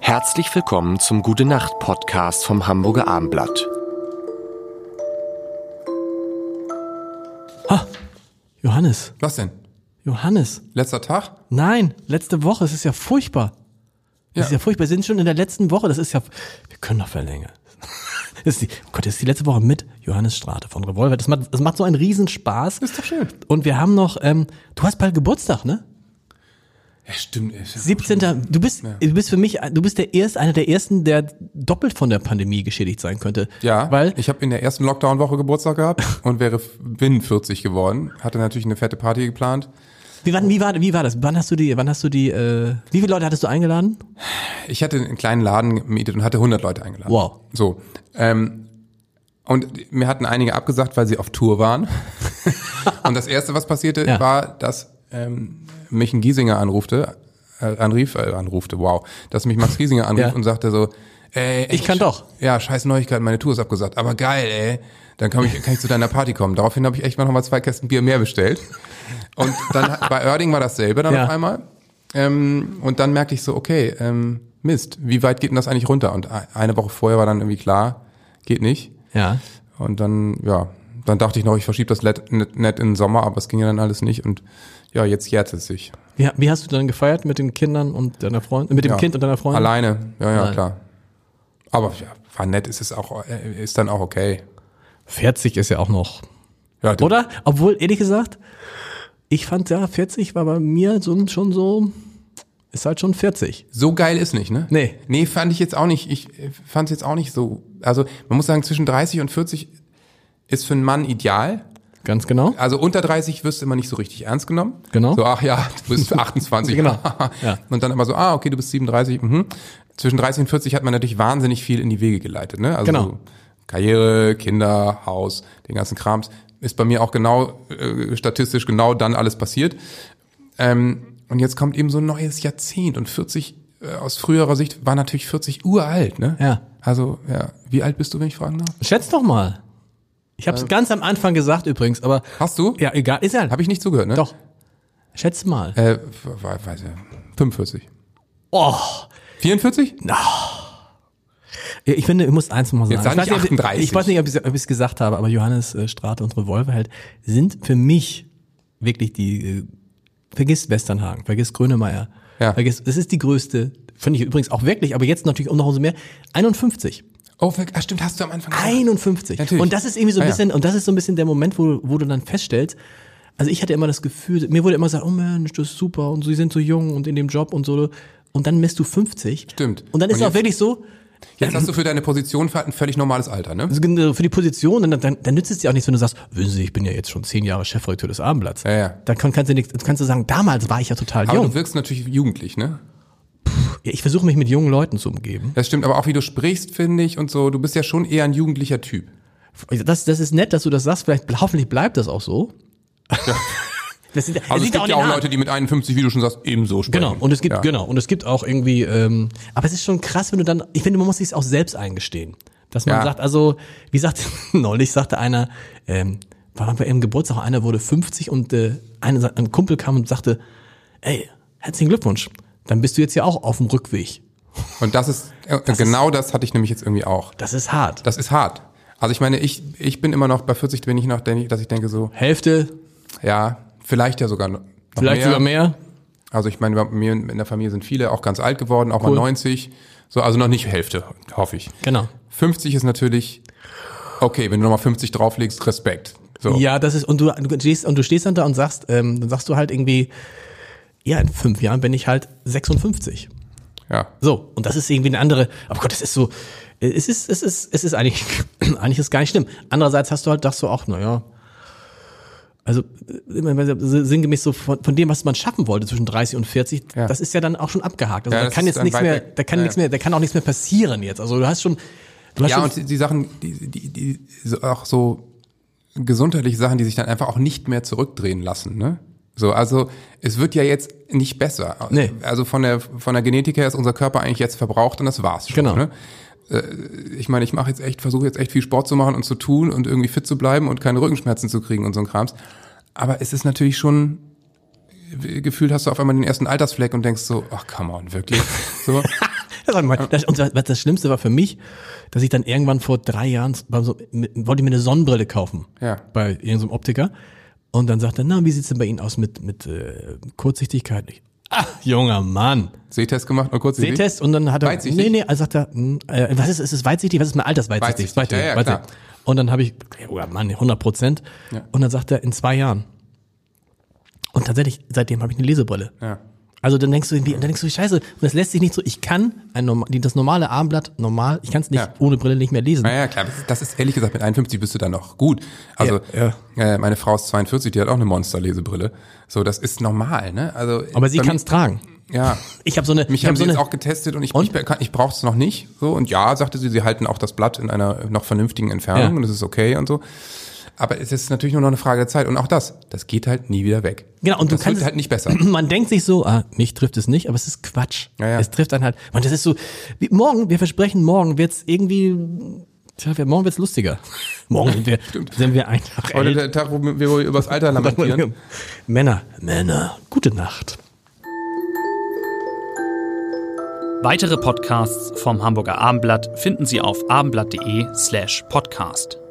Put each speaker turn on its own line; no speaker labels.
Herzlich willkommen zum Gute Nacht Podcast vom Hamburger Armblatt.
Ha, Johannes,
Was denn?
Johannes.
Letzter Tag?
Nein, letzte Woche, es ist ja furchtbar. Es
Ja.
ist ja furchtbar. Wir sind schon in der letzten Woche, das ist ja. Wir können noch verlängern. Das ist die, oh Gott, das ist die letzte Woche mit Johannes Strate von Revolver. Das macht, das macht so einen Riesenspaß.
Ist doch schön.
Und wir haben noch, ähm, du hast bald Geburtstag, ne?
Ja, stimmt. Ist ja auch
17.
schon-
Du bist, du bist für mich, du bist der erste, einer der ersten, der doppelt von der Pandemie geschädigt sein könnte.
Ja,
Weil,
weil ich habe in der ersten Lockdown-Woche Geburtstag gehabt und wäre f- bin 40 geworden. Hatte natürlich eine fette Party geplant.
wie, wann, wie, war, wie war das? Wann hast du die, wann hast du die, äh, wie viele Leute hattest du eingeladen?
Ich hatte einen kleinen Laden gemietet und hatte 100 Leute eingeladen.
Wow.
So. Ähm, und mir hatten einige abgesagt, weil sie auf Tour waren. und das Erste, was passierte,
Ja.
war, dass ähm, mich ein Giesinger anrufte, äh, anrief, äh, anrufte, wow, dass mich Max Giesinger anrief
Ja.
und sagte so, äh, ey,
Ich kann doch.
Ja, scheiß Neuigkeiten, meine Tour ist abgesagt. Aber geil, ey. Dann kann ich, kann ich zu deiner Party kommen. Daraufhin habe ich echt mal nochmal zwei Kästen Bier mehr bestellt. Und dann bei Oerding war dasselbe dann
Ja.
auf einmal. Ähm, und dann merkte ich so, okay, ähm, Mist, wie weit geht denn das eigentlich runter? Und e- eine Woche vorher war dann irgendwie klar, geht nicht.
Ja.
Und dann, ja, dann dachte ich noch, ich verschiebe das let- net net in den Sommer, aber es ging ja dann alles nicht. Und ja, jetzt jährt es sich.
Wie, wie hast du dann gefeiert mit den Kindern und deiner Freundin, mit dem
ja.
Kind und deiner Freundin?
Alleine, ja, ja,
Allein.
klar. Aber ja, war nett, ist es auch, äh, ist dann auch okay.
40 ist ja auch noch.
Ja, du-
Oder? Obwohl, ehrlich gesagt, ich fand ja, 40 war bei mir so, schon so, ist halt schon 40.
So geil ist nicht, ne?
Nee.
Nee, fand ich jetzt auch nicht. Ich fand es jetzt auch nicht so. Also man muss sagen, zwischen 30 und 40 ist für einen Mann ideal.
Ganz genau.
Also unter 30 wirst du immer nicht so richtig ernst genommen.
Genau.
So, ach ja, du bist 28.
Genau. Ja.
Und dann aber so, ah, okay, du bist 37. Mhm. Zwischen 30 und 40 hat man natürlich wahnsinnig viel in die Wege geleitet. Ne? Also
Genau.
Karriere, Kinder, Haus, den ganzen Krams. Ist bei mir auch genau, äh, statistisch genau dann alles passiert. Ähm, und jetzt kommt eben so ein neues Jahrzehnt. Und 40, äh, aus früherer Sicht, war natürlich 40 uralt. Ne?
Ja.
Also, ja. Wie alt bist du, wenn ich fragen darf?
Schätz doch mal. Ich hab's ganz am Anfang gesagt übrigens, aber.
Hast du?
Ja, egal, ist ja.
Habe ich nicht zugehört, ne?
Doch. Schätz mal.
Äh, we- weiß ich. 45.
Oh,
44?
Ja, Ich finde, ich muss eins mal sagen.
Jetzt sag
ich,
nicht
weiß nicht, ob ich-
38.
ich weiß nicht, ob ich es gesagt habe, aber Johannes äh, Strate und Revolverheld sind für mich wirklich die, äh, vergiss Westernhagen, vergiss Grönemeyer,
Ja.
vergiss, es ist die größte, finde ich übrigens auch wirklich, aber jetzt natürlich auch noch umso mehr, 51.
Oh, ver- ah, stimmt, hast du am Anfang gesagt.
51.
Natürlich.
Und das ist irgendwie so ein
Ah, ja.
bisschen, und das ist so ein bisschen der Moment, wo, wo du dann feststellst, also ich hatte immer das Gefühl, mir wurde immer gesagt, oh Mensch, das ist super und sie sind so jung und in dem Job und so. Und dann misst du 50.
Stimmt.
Und dann ist es
Und
auch
jetzt-
wirklich so,
Jetzt hast du für deine Position ein völlig normales Alter, ne?
Also genau, Für die Position, dann, dann, dann nützt es dir auch nichts, wenn du sagst, wissen Sie, ich bin ja jetzt schon zehn Jahre Chefredakteur des Abendblatts.
Ja, ja.
Dann kann, kannst, du nichts, kannst du sagen, damals war ich ja total
Aber du
jung.
wirkst natürlich jugendlich, ne?
Ja, ich versuche mich mit jungen Leuten zu umgeben.
Das stimmt, aber auch wie du sprichst, finde ich, und so, du bist ja schon eher ein jugendlicher Typ.
Das, das ist nett, dass du das sagst, vielleicht hoffentlich bleibt das auch so. Das sieht, das
Also es
sieht
gibt
auch in
ja auch
den Haaren.
Leute, die mit 51, wie du schon sagst, ebenso sprechen.
Genau, und es gibt,
ja.
genau, und es gibt auch irgendwie, ähm, aber es ist schon krass, wenn du dann, ich finde, man muss sich auch selbst eingestehen. Dass man
Ja.
sagt, also, wie sagt, neulich sagte einer, ähm, war bei ihrem Geburtstag, einer wurde 50 und äh, eine, sa- ein Kumpel kam und sagte, ey, herzlichen Glückwunsch, dann bist du jetzt ja auch auf dem Rückweg.
Und das ist, äh, genau das hatte ich nämlich jetzt irgendwie auch.
Das ist hart.
Das ist hart. Also ich meine, ich, ich bin immer noch bei 40, bin ich noch, denk- dass ich denke so,
Hälfte,
ja, vielleicht ja sogar noch
vielleicht sogar mehr.
Also ich meine, bei mir in der Familie sind viele auch ganz alt geworden, auch
Cool.
mal 90. So, also noch nicht Hälfte, hoffe ich.
Genau.
50 ist natürlich okay, wenn du nochmal 50 drauflegst, Respekt. So.
Ja, das ist, und du, du stehst, und du stehst dann da und sagst, ähm, dann sagst du halt irgendwie, ja, in fünf Jahren bin ich halt 56.
ja.
So, und das ist irgendwie eine andere, oh Gott, das ist so, äh, es ist, es ist, es ist eigentlich, eigentlich ist es gar nicht schlimm. Andererseits hast du halt, dachtest du auch, naja, also äh, immer mehr so sinngemäß so von, von dem, was man schaffen wollte zwischen 30 und 40,
Ja.
das ist ja dann auch schon abgehakt. Also
Ja,
da
das
kann
ist
jetzt
dann
nichts
weit
mehr,
weg.
da kann
Ja,
nichts
ja.
mehr, da kann auch nichts mehr passieren jetzt. Also du hast schon, du hast
Ja,
schon,
und die, die Sachen, die, die, die, so auch so gesundheitliche Sachen, die sich dann einfach auch nicht mehr zurückdrehen lassen, ne? So, also es wird ja jetzt nicht besser.
Nee.
Also von der von der Genetik her ist unser Körper eigentlich jetzt verbraucht und das war's schon.
Genau.
Ne? Äh, Ich meine, ich mache jetzt echt, versuche jetzt echt viel Sport zu machen und zu tun und irgendwie fit zu bleiben und keine Rückenschmerzen zu kriegen und so ein Krams. Aber es ist natürlich schon äh, gefühlt hast du auf einmal den ersten Altersfleck und denkst so, ach come on, wirklich? So.
das einmal. Das, und was das Schlimmste war für mich, dass ich dann irgendwann vor drei Jahren beim so, mit, wollte ich mir eine Sonnenbrille kaufen.
Ja.
Bei irgendeinem Optiker. Und dann sagt er, na, wie sieht's denn bei Ihnen aus mit, mit äh, Kurzsichtigkeit? Ich, ah, junger Mann.
Sehtest gemacht, nur kurz.
Sehtest und dann hat er,
Weitsichtig?
nee, nee, also sagt er, hm, äh, was ist, ist es weitsichtig, was ist mein altersweitsichtig?
Weitsichtig, ja, ja, klar.
Und dann habe ich, oh Mann, 100 Prozent.
Ja.
Und dann sagt er, in zwei Jahren. Und tatsächlich, seitdem habe ich eine Lesebrille.
Ja.
Also dann denkst du irgendwie, dann denkst du, scheiße, und das lässt sich nicht so, ich kann ein norma die- das normale Abendblatt normal, ich kann es nicht
Ja.
ohne Brille nicht mehr lesen.
Naja, klar, das ist, das ist ehrlich gesagt, mit 51 bist du dann noch gut. Also,
Ja,
Äh, meine Frau ist 42, die hat auch eine Monster-Lesebrille. So, das ist normal, ne? Also,
Aber sie
bei
kann es tragen.
mir- Ja,
Ich habe so eine,
mich
ich
haben
hab so
sie jetzt
eine,
auch getestet und ich, ich, be- kann- ich brauche es noch nicht. So, und ja, sagte sie, sie halten auch das Blatt in einer noch vernünftigen Entfernung
Ja.
und das ist okay und so. Aber es ist natürlich nur noch eine Frage der Zeit. Und auch das, das geht halt nie wieder weg.
Genau, und du
das
kannst
wird
es-
halt nicht besser.
man denkt sich so, ah, mich trifft es nicht, aber es ist Quatsch.
Ja, ja.
Es trifft dann halt, man, das ist so, wie, morgen, wir versprechen, morgen wird's irgendwie, tja, wir- morgen wird's lustiger. morgen sind wir, sind wir einfach
Heute
älter.
der Tag, wo wir wo wir übers Alter lamentieren.
Männer, Männer, gute Nacht.
Weitere Podcasts vom Hamburger Abendblatt finden Sie auf abendblatt.de slash podcast.